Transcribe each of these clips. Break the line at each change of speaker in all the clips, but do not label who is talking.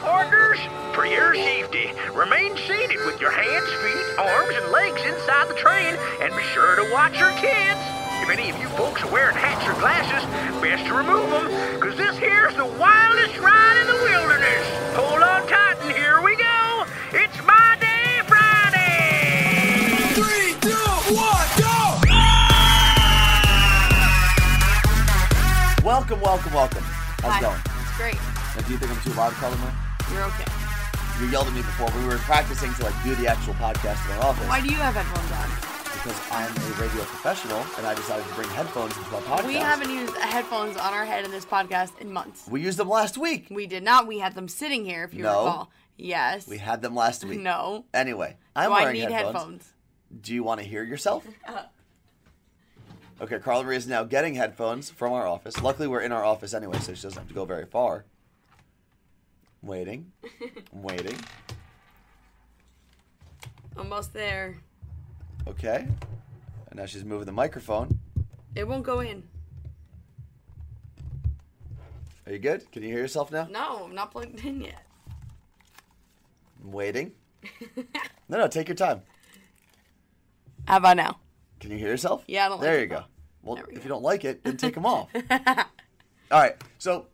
partners, for your safety, remain seated with your hands, feet, arms, and legs inside the train, and be sure to watch your kids. If any of you folks are wearing hats or glasses, best to remove them, because this here's the wildest ride in the wilderness. Hold on tight, and here we go. It's My Day Friday!
Three, two, one, go!
Welcome, welcome, welcome. How's
Hi.
it going?
It's great.
Now, do you think I'm too loud, Colin?
You're okay.
You yelled at me before. We were practicing to like do the actual podcast in our office
Why do you have headphones on?
because I'm a radio professional and I decided to bring headphones into my podcast.
We haven't used headphones on our head in this podcast in months.
We used them last week.
We did not. We had them sitting here, if you
No.
recall. Yes.
We had them last week.
No.
Anyway, I'm
Do I
wearing
need
headphones.
headphones?
Do you want to hear yourself?
Uh.
Okay, Carla Marie is now getting headphones from our office. Luckily, we're in our office anyway, so she doesn't have to go very far. Waiting, waiting.
Almost there.
Okay, and now she's moving the microphone.
It won't go in.
Are you good? Can you hear yourself now?
No, I'm not plugged in yet.
I'm waiting. no, no, take your time.
How about now?
Can you hear yourself?
Yeah, I don't like
There
it,
you go.
though.
Well,
There we
if
go.
you don't like it, then take them off. All right. So,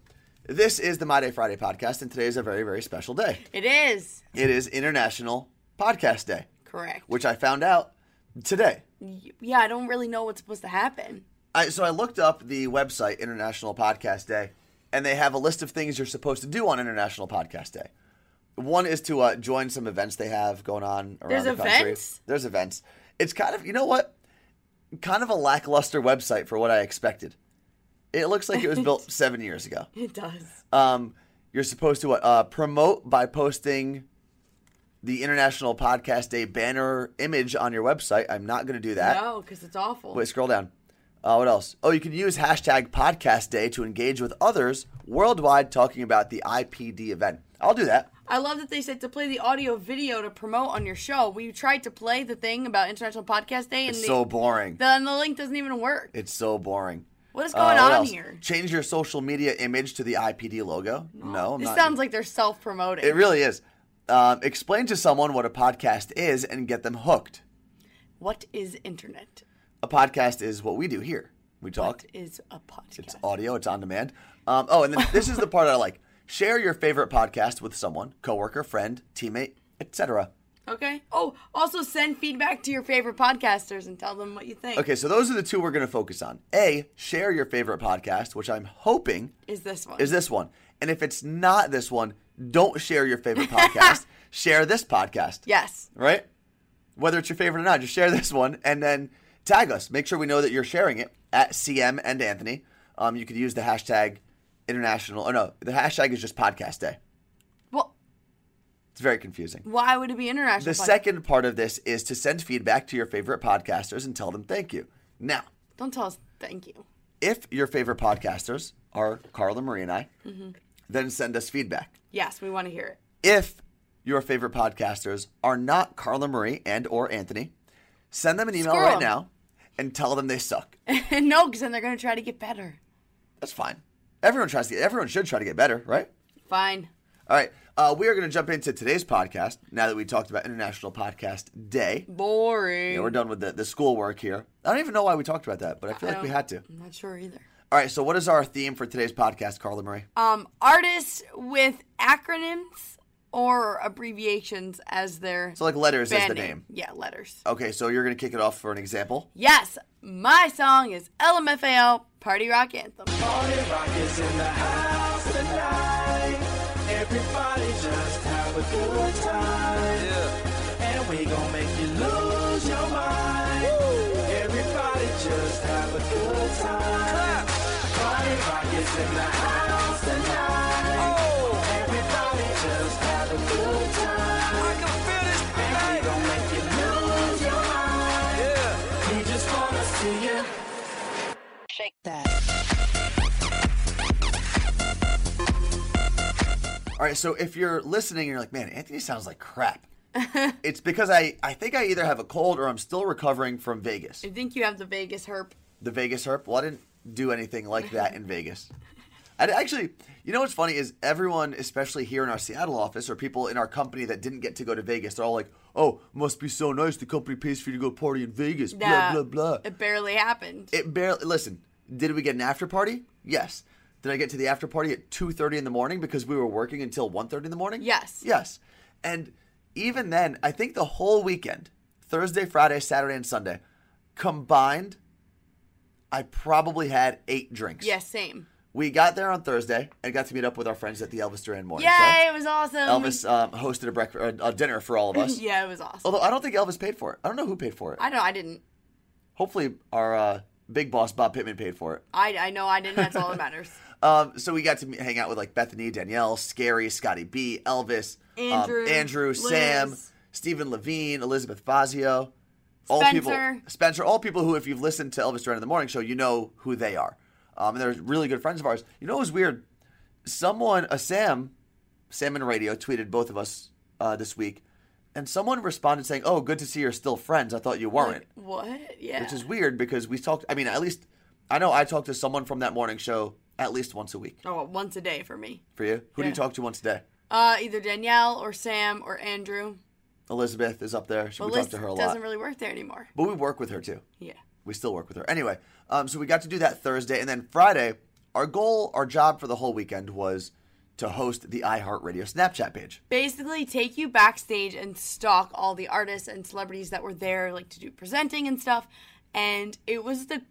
this is the My Day Friday podcast, and today is a very, very special day.
It is.
It is International Podcast Day,
Correct.
which I found out today.
Y- Yeah, I don't really know what's supposed to happen.
I, so I looked up the website International Podcast Day, and they have a list of things you're supposed to do on International Podcast Day. One is to uh, join some events they have going on around
There's
the country.
events?
There's events. It's kind of you know what, kind of a lackluster website for what I expected. It looks like it was built seven years ago.
It does.
Um, you're supposed to what, uh, promote by posting the International Podcast Day banner image on your website. I'm not going to do that.
No, because it's awful.
Wait, scroll down. Uh, what else? Oh, you can use hashtag podcast day to engage with others worldwide talking about the IPD event. I'll do that.
I love that they said to play the audio video to promote on your show. We tried to play the thing about International Podcast Day, and
It's
the,
so boring.
then the link doesn't even work.
It's so boring.
What is
Uh,
going
what
on
else?
here?
Change your social media image to the IPD logo. No, I'm
This
not.
sounds like they're self promoting.
it really is. Um, explain to someone what a podcast is and get them hooked.
what is internet?
A podcast is what we do here. We talk.
What is a podcast?
It's audio. It's on demand. Um, oh, and then this is the part I like. Share your favorite podcast with someone, coworker, friend, teammate, etc.
okay. Oh, also send feedback to your favorite podcasters and tell them what you think.
Okay, so those are the two we're going to focus on. A, share your favorite podcast, which I'm hoping
Is this one?
is this one. And if it's not this one, don't share your favorite podcast. share this podcast.
Yes.
Right? Whether it's your favorite or not, just share this one and then tag us. Make sure we know that you're sharing it at CM and Anthony. Um, you could use the hashtag international. Oh, no, the hashtag is just podcast day.
Well,
It's very confusing.
why would it be international?
The
Pod-
second part of this is to send feedback to your favorite podcasters and tell them thank you. Now,
Don't tell us. Thank you.
if your favorite podcasters are Carla Marie and I, then send us feedback.
Yes, we want to hear it.
If your favorite podcasters are not Carla Marie and or Anthony, send them an email
Screw
right
'em.
now and tell them they suck.
no, because then they're going to try to get better.
That's fine. Everyone tries to get, everyone should try to get better, right?
Fine.
All right. Uh, we are going to jump into today's podcast now that we talked about International Podcast Day.
Boring.
Yeah, we're done with the, the schoolwork here. I don't even know why we talked about that, but I feel
I
like we
don't-
had to.
I'm not sure either.
All right, so what is our theme for today's podcast, Carla Marie?
Um, artists with acronyms or abbreviations as their
so like letters is
band
the name.
Yeah, letters.
Okay, so you're going to kick it off for an example.
Yes, my song is LMFAO Party Rock Anthem.
Party rock is in the house tonight. Everybody just have a good time. And we gon' make you lose your mind. Everybody just have a good time. Party rock is in the house tonight. Everybody just have a good time. And we gon' make you lose your mind. We just wanna see you.
All right, so if you're listening and you're like, man, Anthony sounds like crap. it's because I, I think I either have a cold or I'm still recovering from Vegas.
I think you have the Vegas herp.
The Vegas herp, well, I didn't do anything like that in Vegas. And actually, you know what's funny is everyone, especially here in our Seattle office, or people in our company that didn't get to go to Vegas, they're all like, "Oh, must be so nice. The company pays for you to go party in Vegas." Blah
Nah,
blah blah.
It barely happened.
It barely. Listen, did we get an after party? Yes. Did I get to the after party at two thirty in the morning because we were working until 1.30 in the morning?
Yes.
Yes. And even then, I think the whole weekend, Thursday, Friday, Saturday, and Sunday, combined, I probably had eight drinks.
yeah, same.
We got there on Thursday and got to meet up with our friends at the Elvis Duran Morning
Yay,
Show.
it was awesome.
Elvis um, hosted a breakfast, a dinner for all of us.
Yeah, it was awesome.
Although I don't think Elvis paid for it. I don't know who paid for it.
I know I didn't.
Hopefully, our uh, big boss Bob Pittman paid for it.
I, I know I didn't. That's all that matters.
Um, so we got to meet, hang out with like Bethany, Danielle, Scary, Scotty B, Elvis, um,
Andrew,
Andrew,
Liz.
Sam, Stephen Levine, Elizabeth Fazio, all
Spencer.
people, Spencer, all people who, if you've listened to Elvis Duran in the Morning Show, you know who they are. Um, and they're really good friends of ours. You know what was weird? Someone, a Sam, Sam and Radio tweeted both of us uh, this week, and someone responded saying, "Oh, good to see you're still friends. I thought you weren't."
What? Yeah.
which is weird because we talked. I mean, at least I know I talk to someone from that morning show at least once a week.
oh, once a day for me.
For you, who do you
Yeah.
talk to once a day?
Uh, either Danielle or Sam or Andrew.
Elizabeth is up there. She,
But
we
Liz
talk to her a lot,
doesn't really work there anymore.
but we work with her too.
Yeah.
We still work with her anyway. Um, so we got to do that Thursday, and then Friday, our goal, our job for the whole weekend was to host the iHeartRadio Snapchat page.
Basically, take you backstage and stalk all the artists and celebrities that were there, like to do presenting and stuff. And it was the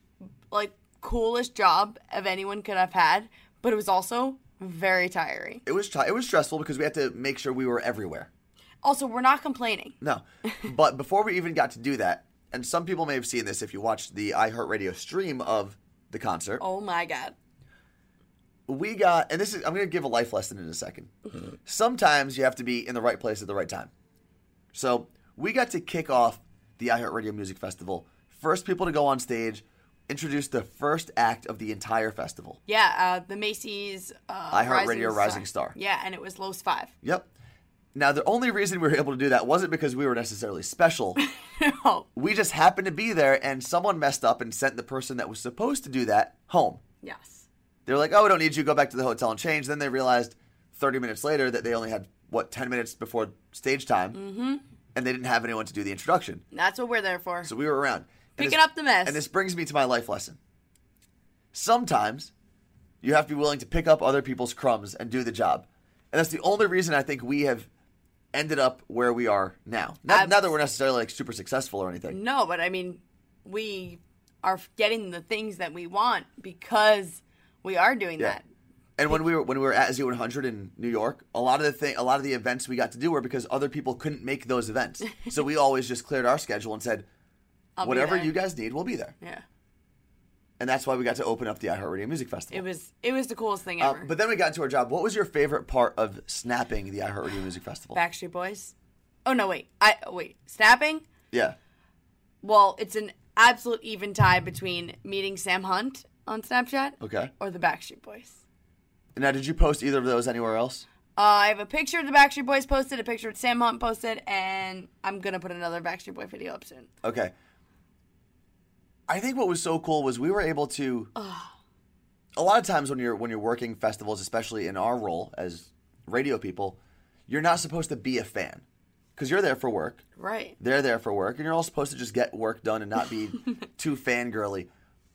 like coolest job of anyone could have had, but it was also very tiring.
It was t- it was stressful because we had to make sure we were everywhere.
Also, we're not complaining.
No. but before we even got to do that, and some people may have seen this if you watched the iHeartRadio stream of the concert.
Oh my god.
we got and this is i'm going to give a life lesson in a 2nd sometimes you have to be in the right place at the right time so we got to kick off the iheartradio music festival first people to go on stage introduce the first act of the entire festival
Yeah, uh, the Macy's uh,
iHeartRadio Rising Star.
Yeah, and it was Los Five.
yep now the only reason we were able to do that wasn't because we were necessarily special
Oh,
we just happened to be there and someone messed up and sent the person that was supposed to do that home
yes.
They were like, oh, we don't need you. Go back to the hotel and change. Then they realized 30 minutes later that they only had, what, 10 minutes before stage time. Mm-hmm. And they didn't have anyone to do the introduction.
That's what we're there for.
So we were around. And
Picking up the mess.
And this brings me to my life lesson. Sometimes you have to be willing to pick up other people's crumbs and do the job. And that's the only reason I think we have ended up where we are now. Not,
Ab-
not that we're necessarily like super successful or anything.
No, but I mean, we are getting the things that we want because we are doing
Yeah.
that.
And when we were when we were at Z100 in New York, a lot of the thing, a lot of the events we got to do were because other people couldn't make those events. so we always just cleared our schedule and said,
I'll be
whatever
there.
you guys need, we'll be there.
Yeah.
And that's why we got to open up the iHeartRadio Music Festival.
It was it was the coolest thing
Uh,
ever.
but then we got into our job. What was your favorite part of snapping the iHeartRadio Music Festival?
Backstreet Boys. Oh no, wait. I wait. Snapping?
yeah,
Well, it's an absolute even tie between meeting Sam Hunt on Snapchat
okay.
or the Backstreet Boys.
Now, did you post either of those anywhere else?
Uh, I have a picture of the Backstreet Boys posted, a picture of Sam Hunt posted, and I'm gonna put another Backstreet Boy video up soon.
Okay. I think what was so cool was we were able to. A lot of times when you're when you're working festivals, especially in our role as radio people, you're not supposed to be a fan because you're there for work.
Right.
They're there for work, and you're all supposed to just get work done and not be too fangirly.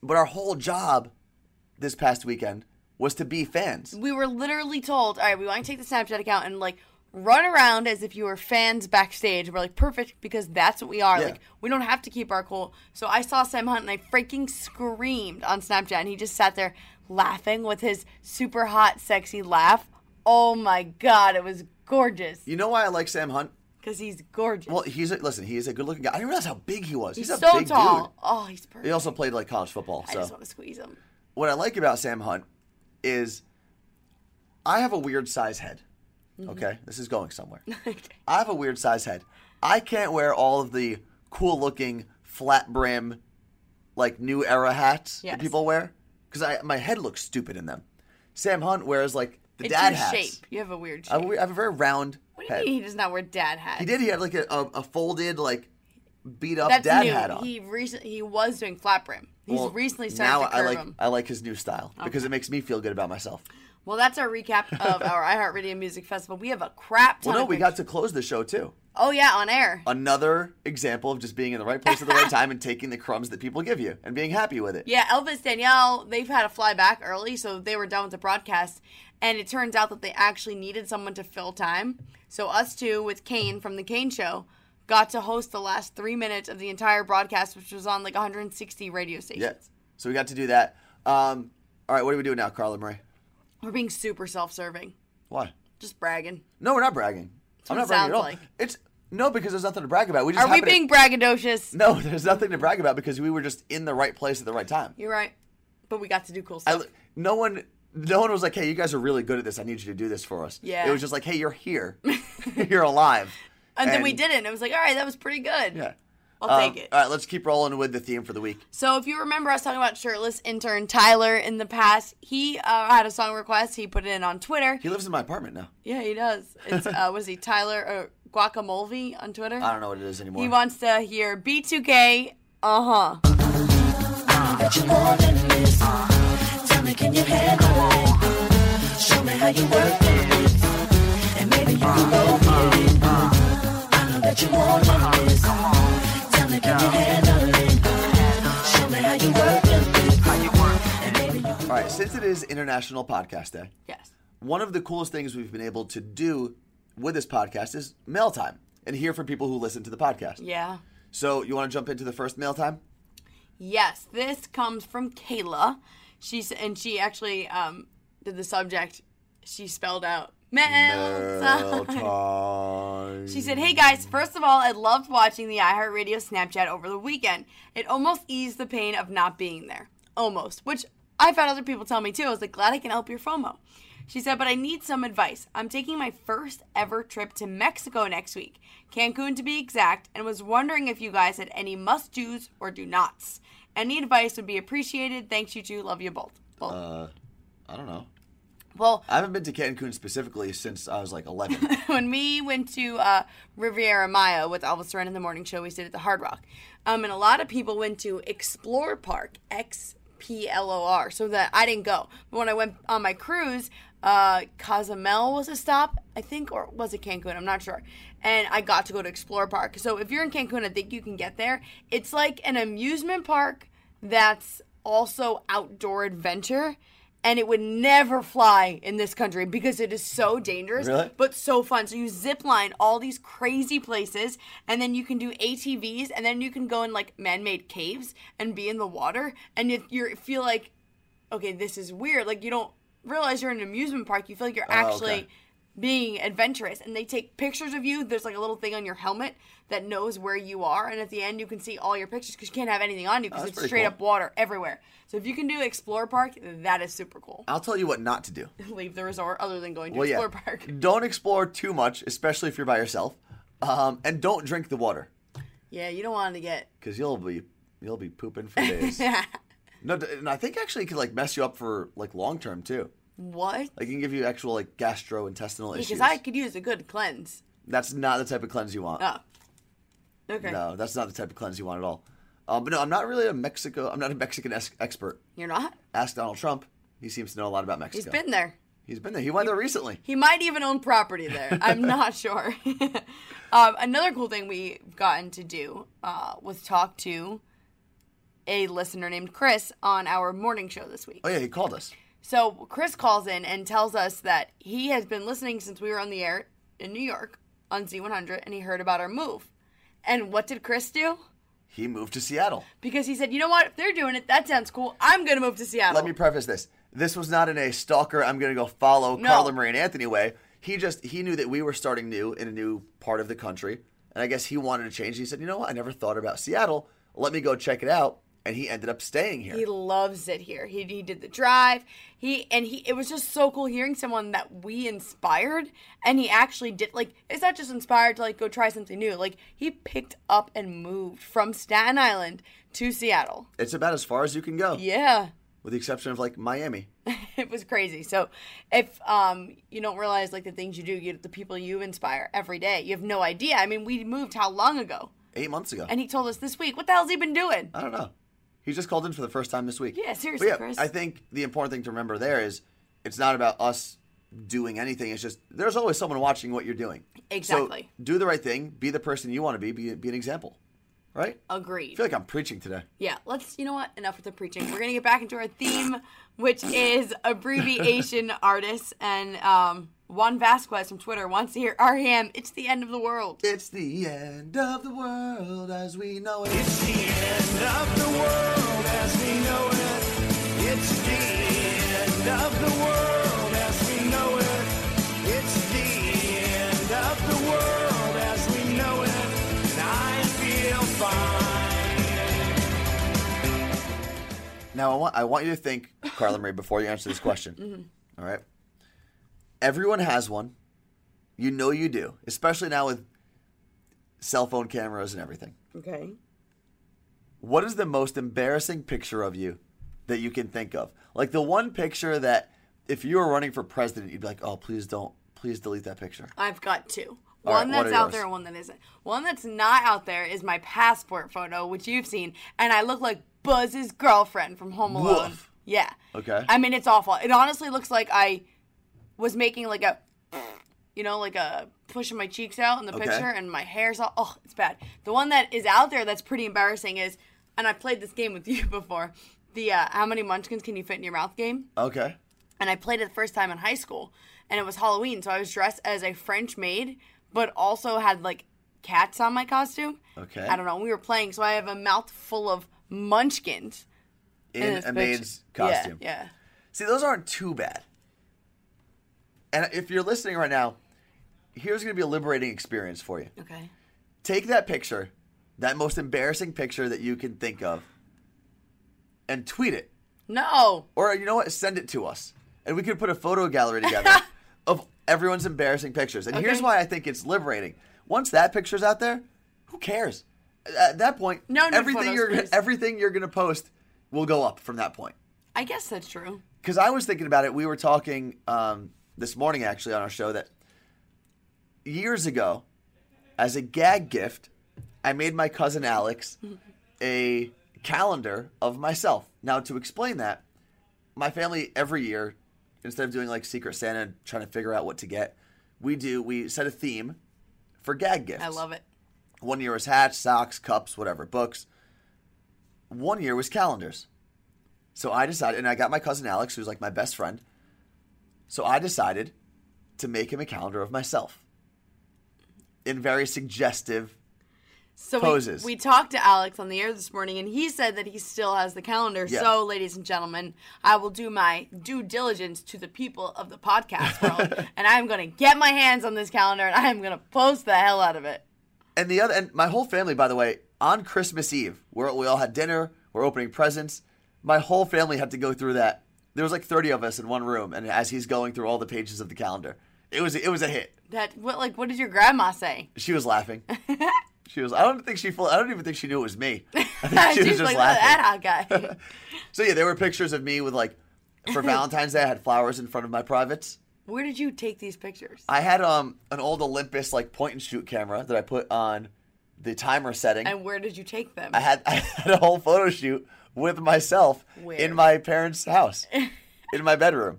But our whole job this past weekend was to be fans.
We were literally told, all right, we want you to take the Snapchat account and like run around as if you were fans backstage. We're like, perfect, because that's what we are.
Yeah.
Like, we don't have to keep our cool. So I saw Sam Hunt and I freaking screamed on Snapchat, and he just sat there laughing with his super hot, sexy laugh. Oh my God, it was gorgeous.
You know why I like Sam Hunt?
Because he's gorgeous.
Well, he's a, listen. He's a good-looking guy. I didn't realize how big he was. He's,
he's
a
so
big
tall.
dude.
Oh, he's perfect.
He also played like college football.
I
so
just want to squeeze him.
what I like about Sam Hunt is I have a weird size head.
Mm-hmm.
Okay, this is going somewhere. I have a weird size head. I can't wear all of the cool looking flat brim, like new era hats
Yes.
that people wear because I my head looks stupid in them. Sam Hunt wears like the
It's
dad
your
hats.
shape. You have a weird shape.
I have a we- I have a very round
what do you
head.
mean he does not wear dad hats?
He did. He had like a, a, a folded like beat up
That's
dad
new.
hat on.
He recent he was doing flat brim. He's
Well,
recently started
now
to curve
I like
him.
I like his new style because it makes me feel good about myself.
Well, that's our recap of our iHeartRadio Music Festival. We have a crap ton
Well, no,
of
we got to
pictures.
close the show too.
Oh yeah, on air.
Another example of just being in the right place at the right time and taking the crumbs that people give you and being happy with it.
Yeah, Elvis Danielle, they've had to fly back early, so they were done with the broadcast. And it turns out that they actually needed someone to fill time. So us two with Kane from the Kane Show got to host the last three minutes of the entire broadcast, which was on like 160 radio stations.
Yeah. So we got to do that. Um, all right, what do we do now, Carla Marie?
We're being super self-serving,
Why?
just bragging.
No, we're not bragging. I'm
what
not
it
bragging at all.
sounds like.
It's no because there's nothing to brag about. We just
Are we
happen to-
being braggadocious?
no, there's nothing to brag about because we were just in the right place at the right time.
You're right, but we got to do cool
I
stuff.
li- no one no one was like, "Hey, you guys are really good at this. I need you to do this for us."
Yeah.
It was just like, "Hey, you're here. you're alive."
and, then we did it, and it was like, all right, that was pretty good.
Yeah.
I'll
Um,
take it.
All right, let's keep rolling with the theme for the week.
So if you remember us talking about shirtless intern Tyler in the past, he uh, had a song request. He put it in on Twitter.
He lives in my apartment now.
Yeah, he does. It's uh, was he Tyler or Guacamole on Twitter?
I don't know what it is anymore.
He wants to hear B2K. Uh huh.
that you more than this. Tell me, can you handle it? Show me how you work it, and maybe you can go get it. I know that you more than this. Tell me, can you handle it? Show me how you work it, and maybe you
all right, since it is International Podcast Day,
Yes.
one of the coolest things we've been able to do with this podcast is mail time and hear from people who listen to the podcast.
Yeah.
So, you want to jump into the first mail time?
Yes. This comes from Kayla. She's and she actually um did the subject. She spelled out mail.
Mail
time.
time.
She said, Hey guys, first of all, I loved watching the iHeartRadio Snapchat over the weekend. It almost eased the pain of not being there. Almost. Which I've had other people tell me too. I was like, Glad I can help your FOMO. She said, But I need some advice. I'm taking my first ever trip to Mexico next week, Cancun to be exact, and was wondering if you guys had any must do's or do nots. Any advice would be appreciated. Thanks, you two. Love you both. Well,
I don't know.
well
I haven't been to Cancun specifically since I was like 11.
when we went to uh, Riviera Maya with Elvis Duran in the morning show, we stayed at the Hard Rock. Um, and a lot of people went to Explore Park, X P L O R, so that I didn't go. But when I went on my cruise, uh, Cozumel was a stop, I think, or was it Cancun? I'm not sure. And I got to go to Explore Park. So if you're in Cancun, I think you can get there. It's like an amusement park that's also outdoor adventure. And it would never fly in this country because it is so dangerous
Really?
but so fun. So you zip line all these crazy places, and then you can do ATVs, and then you can go in like man-made caves and be in the water, and if you feel like, okay, this is weird. Like you don't realize you're in an amusement park. You feel like you're actually.
Oh, okay.
Being adventurous, and they take pictures of you. There's like a little thing on your helmet that knows where you are, and at the end, you can see all your pictures because you can't have anything on you because
Oh, that's
it's
pretty
straight
cool.
up water everywhere. So, if you can do Explore Park, that is super cool.
I'll tell you what not to do.
Leave the resort other than going to
Well, yeah.
Explore Park.
Don't explore too much, especially if you're by yourself. Um, and don't drink the water
Yeah, you don't want to get
because you'll be you'll be pooping for days. no, d- and I think actually it could like mess you up for like long term too.
What?
Like it can give you actual like gastrointestinal issues.
because I could use a good cleanse.
That's not the type of cleanse you want.
Oh. Okay.
No, that's not the type of cleanse you want at all. Um, but no, I'm not really a Mexico. I'm not a Mexican ex- expert.
You're not?
Ask Donald Trump. He seems to know a lot about
He's
Mexico.
been there.
He's been there. He went there recently.
He might even own property there. I'm not sure. um, another cool thing we've gotten to do uh, was talk to a listener named Chris on our morning show this week.
Oh yeah, he called us.
So Chris calls in and tells us that he has been listening since we were on the air in New York on Z100 and he heard about our move. And what did Chris do?
He moved to Seattle.
Because he said, you know what? If they're doing it, that sounds cool. I'm going to move to Seattle.
Let me preface this. This was not in a stalker. I'm going to go follow
No.
Carla Marie and Anthony way. He just he knew that we were starting new in a new part of the country, and I guess he wanted to change. He said, "You know what? I never thought about Seattle. Let me go check it out." And he ended up staying here.
He loves it here. He, he did the drive. He and he it was just so cool hearing someone that we inspired and he actually did like it's not just inspired to like go try something new. Like he picked up and moved from Staten Island to Seattle.
it's about as far as you can go,
Yeah.
with the exception of like Miami.
It was crazy. So if um you don't realize like the things you do, you the people you inspire every day, you have no idea. I mean, we moved how long ago?
Eight months ago,
And he told us this week, what the hell's he been doing?
I don't know. He just called in for the first time this week.
Yeah,
But
seriously, Chris.
I think the important thing to remember there is it's not about us doing anything. It's just there's always someone watching what you're doing. So
Exactly.
do the right thing. Be the person you want to be. Be, be an example. Right? I
Agreed.
feel like I'm preaching today.
Yeah, let's, you know what? Enough with the preaching. We're going to get back into our theme, which is abbreviation artists. And um, Juan Vasquez from Twitter wants to hear REM, It's the End of the World.
It's the end of the world as we know it.
It's the end of the world as we know it. It's the end of the world as we know it. It's the end of the world as we know it. And I feel fine.
Now, I want, I want you to think, Carla Marie, before you answer this question.
Mm-hmm.
All right. Everyone has one. You know you do, especially now with cell phone cameras and everything.
Okay.
What is the most embarrassing picture of you that you can think of? Like the one picture that if you were running for president, you'd be like, oh, please don't, please delete that picture.
I've got two.
All
One
right, what
that's
are
out
yours?
there and one that isn't. One that's not out there is my passport photo, which you've seen, and I look like Buzz's girlfriend from Home Alone.
Woof.
Yeah.
Okay.
I mean, it's awful. It honestly looks like I was making like a, you know, like a pushing my cheeks out in the
Okay.
picture, and my hair's all. Oh, it's bad. The one that is out there that's pretty embarrassing is, and I played this game with you before. The uh, how many munchkins can you fit in your mouth game?
Okay.
and I played it the first time in high school, and it was Halloween, so I was dressed as a French maid, but also had like cats on my costume.
Okay.
I don't know. We were playing, so I have a mouth full of munchkins
In
this
a
picture.
maid's
Yeah,
costume.
Yeah.
See, those aren't too bad. And if you're listening right now, here's going to be a liberating experience for you.
Okay.
Take that picture, that most embarrassing picture that you can think of, and tweet it.
No.
Or you know what? Send it to us. And we could put a photo gallery together of everyone's embarrassing pictures. And here's
Okay.
why I think it's liberating. Once that picture's out there, who cares? At that point,
No nude
everything
photos,
you're
please.
everything you're going to post will go up from that point
I guess that's true.
because I was thinking about it. We were talking um, this morning actually on our show that years ago, as a gag gift, I made my cousin Alex a calendar of myself. Now, to explain that, my family every year, instead of doing like Secret Santa and trying to figure out what to get, we do, we set a theme for gag gifts.
I love it.
One year was hats, socks, cups, whatever, books. One year was calendars. So I decided, and I got my cousin Alex, who's like my best friend. So I decided to make him a calendar of myself in very suggestive.
So
Poses.
We, we talked to Alex on the air this morning, and he said that he still has the calendar.
Yeah.
So, ladies and gentlemen, I will do my due diligence to the people of the podcast world, and I'm going to get my hands on this calendar, and I am going to post the hell out of it.
And the other, and my whole family, by the way, on Christmas Eve, where we all had dinner, we're opening presents. My whole family had to go through that. There was like 30 of us in one room, and as he's going through all the pages of the calendar, it was it was a hit.
That what like what did your grandma say?
She was laughing. she was. I don't think she. Full, I don't even think she knew it was me. I think she was just
like "Look
laughing.
at that hot guy.
So yeah, there were pictures of me with like for Valentine's Day. I had flowers in front of my privates.
Where did you take these pictures?
I had um an old Olympus like point and shoot camera that I put on the timer setting.
and where did you take them?
I had I had a whole photo shoot with myself
Where?
in my parents' house in my bedroom.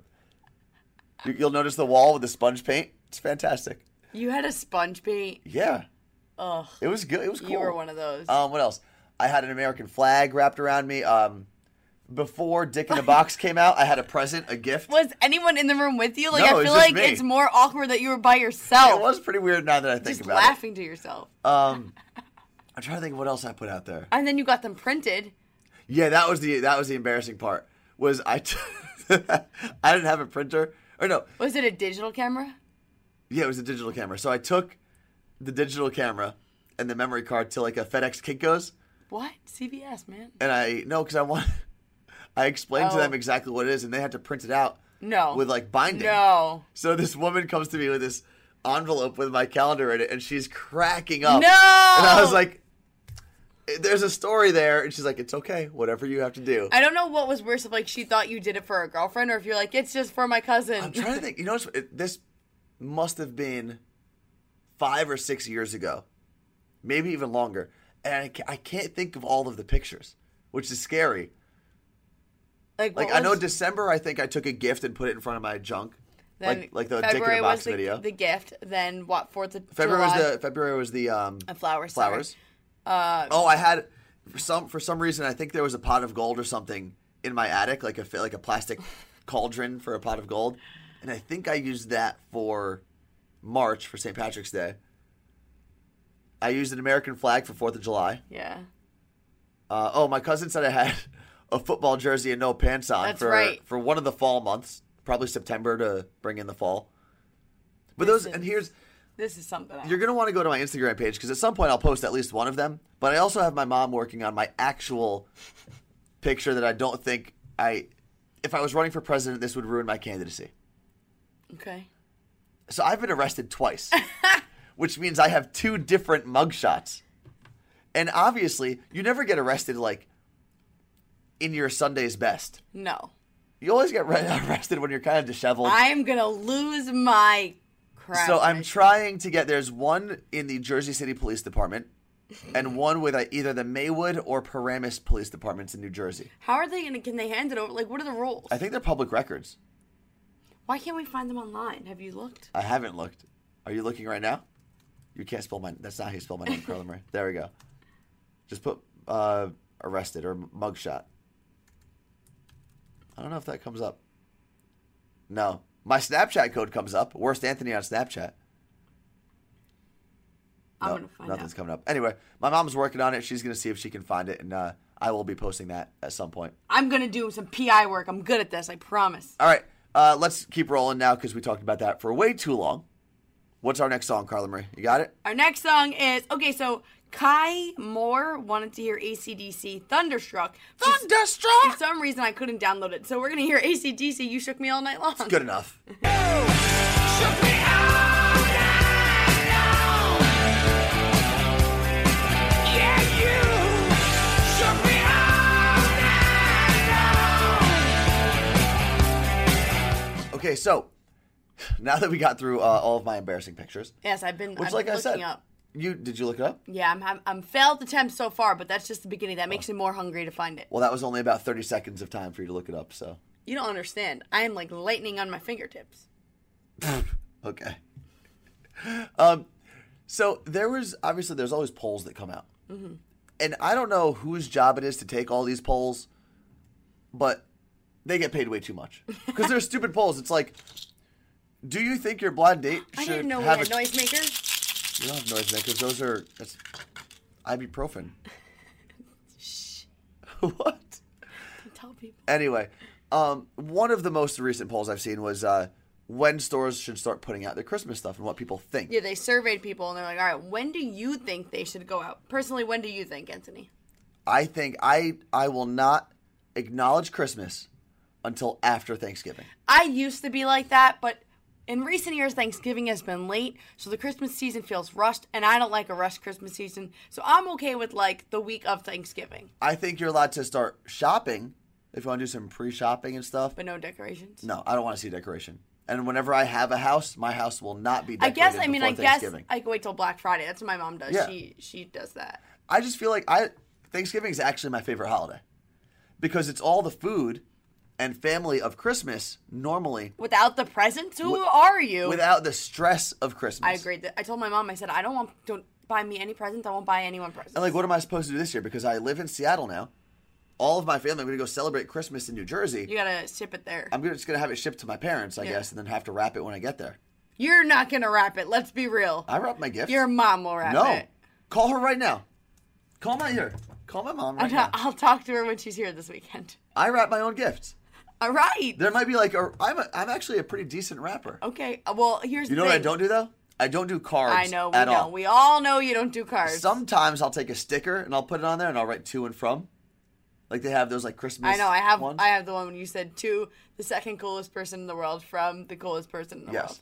You- You'll notice the wall with the sponge paint. It's fantastic.
you had a sponge paint.
Yeah. It was good. It was cool.
You were one of those.
Um, what else? I had an American flag wrapped around me. Um, before Dick in a Box came out, I had a present, a gift.
was anyone in the room with you? Like
No,
I
it was
feel
just
like
me.
it's more awkward that you were by yourself.
It was pretty weird now that I think
just
about
laughing to yourself.
it. Um, I'm trying to think of what else I put out there.
and then you got them printed.
Yeah, that was the that was the embarrassing part. Was I? T- I didn't have a printer, or no,
Was it a digital camera?
Yeah, it was a digital camera. So I took the digital camera and the memory card to like a FedEx Kinko's,
What? CVS, man.
and I no, because I want. I explained to
Oh.
them exactly what it is, and they had to print it out
No.
with like binding.
No.
So this woman comes to me with this envelope with my calendar in it, and she's cracking up.
No!
And I was like, "There's a story there," and she's like, "It's okay, whatever you have to do."
I don't know what was worse if like she thought you did it for a girlfriend or if you're like it's just for my cousin.
I'm trying to think. You know, it's- it, this must have been five or six years ago, maybe even longer. And I, ca- I can't think of all of the pictures. which is scary.
Like,
Like
what
I know
was-
December, I think I took a gift and put it in front of my junk,
then
like like the
February
Dick in a Box
was the,
video.
the gift. Then what? Fourth of
February
July,
was the February was the um
uh, flowers. sorry. Uh,
flowers. oh, I had for some for some reason I think there was a pot of gold or something in my attic, like a fi- like a plastic cauldron for a pot of gold, and I think I used that for March for St. Patrick's Day. I used an American flag for Fourth of July.
Yeah,
Uh, oh, my cousin said I had a football jersey and no pants on
That's
for
right.
for one of the fall months, probably September to bring in the fall. But those and here's
this is something. else.
you're going to want to go to my Instagram page because at some point I'll post at least one of them. But I also have my mom working on my actual picture that I don't think I, if I was running for president, this would ruin my candidacy.
okay.
So I've been arrested twice, which means I have two different mugshots. And obviously, you never get arrested like in your Sunday's best.
No,
You always get re- arrested when you're kind of disheveled.
I'm gonna lose my crap.
So I'm trying to get. There's one in the Jersey City Police Department, and one with uh, either the Maywood or Paramus Police Departments in New Jersey.
How are they gonna? Can they hand it over? Like, what are the rules?
I think they're public records.
Why can't we find them online? Have you looked?
I haven't looked. Are you looking right now? You can't spell my. That's not how you spell my name, Carla Marie. There we go. Just put uh, arrested or mugshot. I don't know if that comes up. No, my Snapchat code comes up. Worst Anthony on Snapchat.
I'm
No,
gonna find
nothing's
out.
coming up. Anyway, my mom's working on it. She's gonna see if she can find it, and uh, I will be posting that at some point.
I'm gonna do some PI work. I'm good at this. I promise.
All right, uh, let's keep rolling now because we talked about that for way too long. What's our next song, Carla Marie? You got it?
Our next song is okay. So Kai Moore wanted to hear ACDC Thunderstruck. For
Thunderstruck.
some reason, I couldn't download it. So we're gonna hear ACDC. You shook me all night long.
Good enough. Okay, so now that we got through uh, all of my embarrassing pictures,
Yes, I've been.
which,
I've
like
been
I
looking
said,
up.
you did you look it up?
Yeah, I'm hav- I'm failed attempts so far, but that's just the beginning. That makes me more hungry to find it.
Well, that was only about thirty seconds of time for you to look it up. So,
You don't understand. I am like lightning on my fingertips.
okay. Um, so there was obviously there's always polls that come out, and I don't know whose job it is to take all these polls, but they get paid way too much because they're stupid polls. It's like, do you think your blind date should
I didn't know we
have
had
a
noisemakers.
You don't have noise makers. Those are that's ibuprofen. what?
Tell people.
Anyway, um, one of the most recent polls I've seen was uh, when stores should start putting out their Christmas stuff and what people think.
Yeah, they surveyed people and they're like, all right, when do you think they should go out? Personally, when do you think, Anthony?
I think I I will not acknowledge Christmas until after Thanksgiving.
I used to be like that, but in recent years, Thanksgiving has been late, so the Christmas season feels rushed, and I don't like a rushed Christmas season, so I'm okay with like the week of Thanksgiving,
I think you're allowed to start shopping if you want to do some pre-shopping and stuff.
but no decorations.
No, I don't want to see decoration. And whenever I have a house, my house will not be
I
decorated
guess I mean I
before
guess
Thanksgiving.
I can wait till Black Friday. That's what my mom does.
Yeah.
She she does that.
I just feel like I Thanksgiving is actually my favorite holiday because it's all the food and family of Christmas normally
Without the presents, who are you?
without the stress of Christmas.
I agreed. That I told my mom. I said I don't want don't buy me any presents. I won't buy anyone presents.
And like, what am I supposed to do this year? Because I live in Seattle now. All of my family, I'm going to go celebrate Christmas in New Jersey.
you gotta ship it there.
I'm gonna- just going to have it shipped to my parents, I
Yeah.
guess, and then have to wrap it when I get there.
You're not gonna wrap it. Let's be real.
I wrap my gift.
Your mom will wrap
Uh, no.
it.
Call her right now. Call my ear. Call my mom right
I'll,
now.
I'll talk to her when she's here this weekend.
I wrap my own gifts.
All right.
There might be like a. I'm a, I'm actually a pretty decent rapper.
Okay. uh, Well, here's
You
the
know what I
thing.
don't do though? I don't do cards.
I know. We
at
know.
all.
We all know you don't do cards.
Sometimes I'll take a sticker and I'll put it on there and I'll write to and from. Like they have those like Christmas.
I know. I have.
ones.
I have the one when you said to the second coolest person in the world from the coolest person in the
Yes.
world.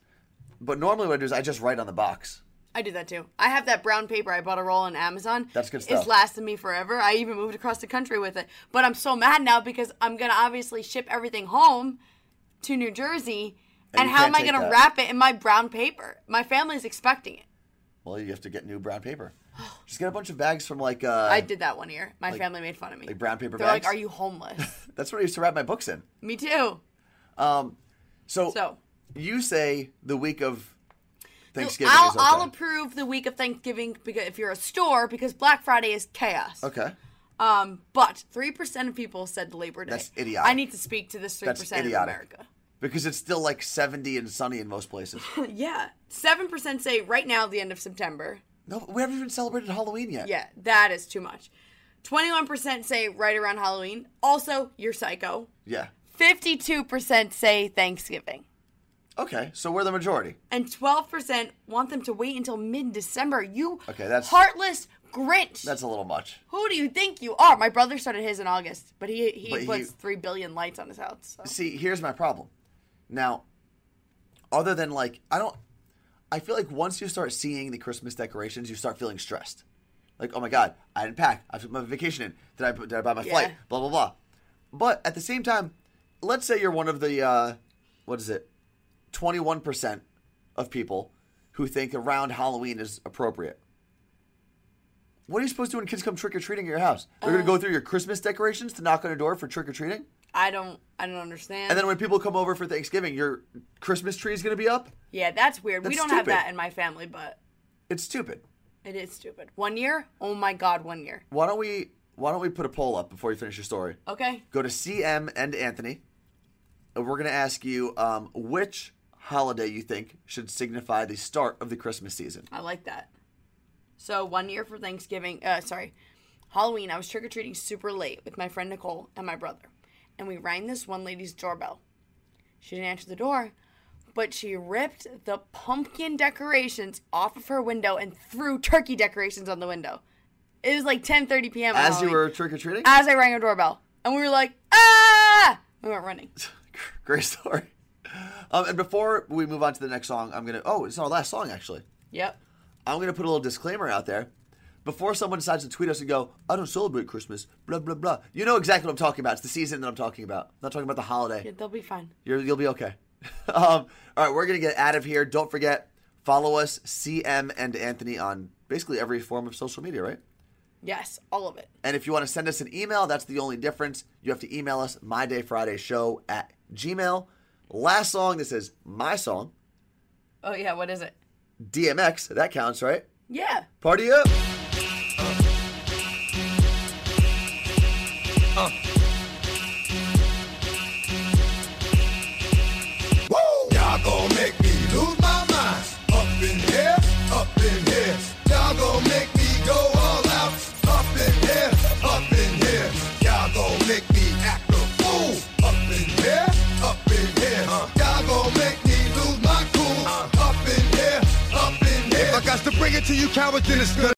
But normally what I do is I just write on the box.
I do that too. I have that brown paper. I bought a roll on Amazon.
That's good
It's
stuff.
lasted me forever. I even moved across the country with it. But I'm so mad now because I'm gonna obviously ship everything home to New Jersey,
And
and,
you
how am
can't
I
take
gonna
that.
wrap it in my brown paper? My family's expecting it.
Well, you have to get new brown paper. Just get a bunch of bags from like uh,
I did that one year. My family made fun of me.
like brown paper
They're
bags.
like, "Are you homeless?"
That's what I used to wrap my books in.
me too.
So,
So
you say the week of Thanksgiving
I'll,
is okay.
I'll approve the week of Thanksgiving because if you're a store, because Black Friday is chaos.
okay.
Um, but three percent of people said Labor Day.
That's idiotic.
I need to speak to this three
That's
percent of
idiotic.
America.
Because it's still like 70 and sunny in most places.
Yeah, seven percent say right now the end of September.
no, we haven't even celebrated Halloween yet.
Yeah, that is too much. Twenty-one percent say right around Halloween. Also, you're psycho.
Yeah.
Fifty-two percent say Thanksgiving,
Okay, so we're the majority.
and twelve percent want them to wait until mid-December. You
Okay, that's-
heartless Grinch.
That's a little much.
Who do you think you are? My brother started his in August, but he he
But he-
puts three billion lights on his house. So.
See, here's my problem. Now, other than like, I don't, I feel like once you start seeing the Christmas decorations, you start feeling stressed. Like, oh my God, I didn't pack. I took my vacation in. Did I, did I buy my flight?
Yeah.
Blah, blah, blah. But at the same time, let's say you're one of the, uh, what is it, 21% of people who think around Halloween is appropriate. What are you supposed to do when kids come trick or treating at your house? They're going to go through your Christmas decorations to knock on a door for trick or treating?
I don't I don't understand.
And then when people come over for Thanksgiving, your Christmas tree is going to be up.
yeah, that's weird. we
That's
don't have that
stupid.
in my family, but
It's stupid.
it is stupid. One year? Oh my god, one year.
Why don't we? Why don't we put a poll up before you finish your story?
Okay.
Go to CM and Anthony, and we're going to ask you um, which holiday you think should signify the start of the Christmas season.
I like that. So one year for Thanksgiving, uh, sorry, Halloween, I was trick or treating super late with my friend Nicole and my brother, and we rang this one lady's doorbell. She didn't answer the door, but she ripped the pumpkin decorations off of her window and threw turkey decorations on the window. It was like 10:30 p.m. on
As you
Halloween,
were trick or treating,
as Oh. I rang her doorbell, and we were like, ah! We went running.
great story. Um, and before we move on to the next song, I'm gonna. Oh, it's our last song actually.
Yep.
I'm going to put a little disclaimer out there. Before someone decides to tweet us and go, I don't celebrate Christmas, blah, blah, blah, you know exactly what I'm talking about. It's the season that I'm talking about. I'm not talking about the holiday.
They'll be fine.
You're, you'll be okay. um, all right, we're going to get out of here. Don't forget, follow us, CM and Anthony, on basically every form of social media, right?
Yes, all of it.
And if you want to send us an email, that's the only difference. You have to email us mydayfridayshow at gmail. Last song, this is my song,
Oh yeah, what is it?
DMX. That counts, right?
Yeah.
Party up!
Woo! Y'all gon' make me lose my mind. Up in here, up in here. Y'all gon' make me go all out. Up in here, up in here. Y'all gon' make me act a fool. Up in here, up in here. Y'all gon' make me lose my cool. Up in here, up in here. If I got to bring it to you, cowards, then it's good.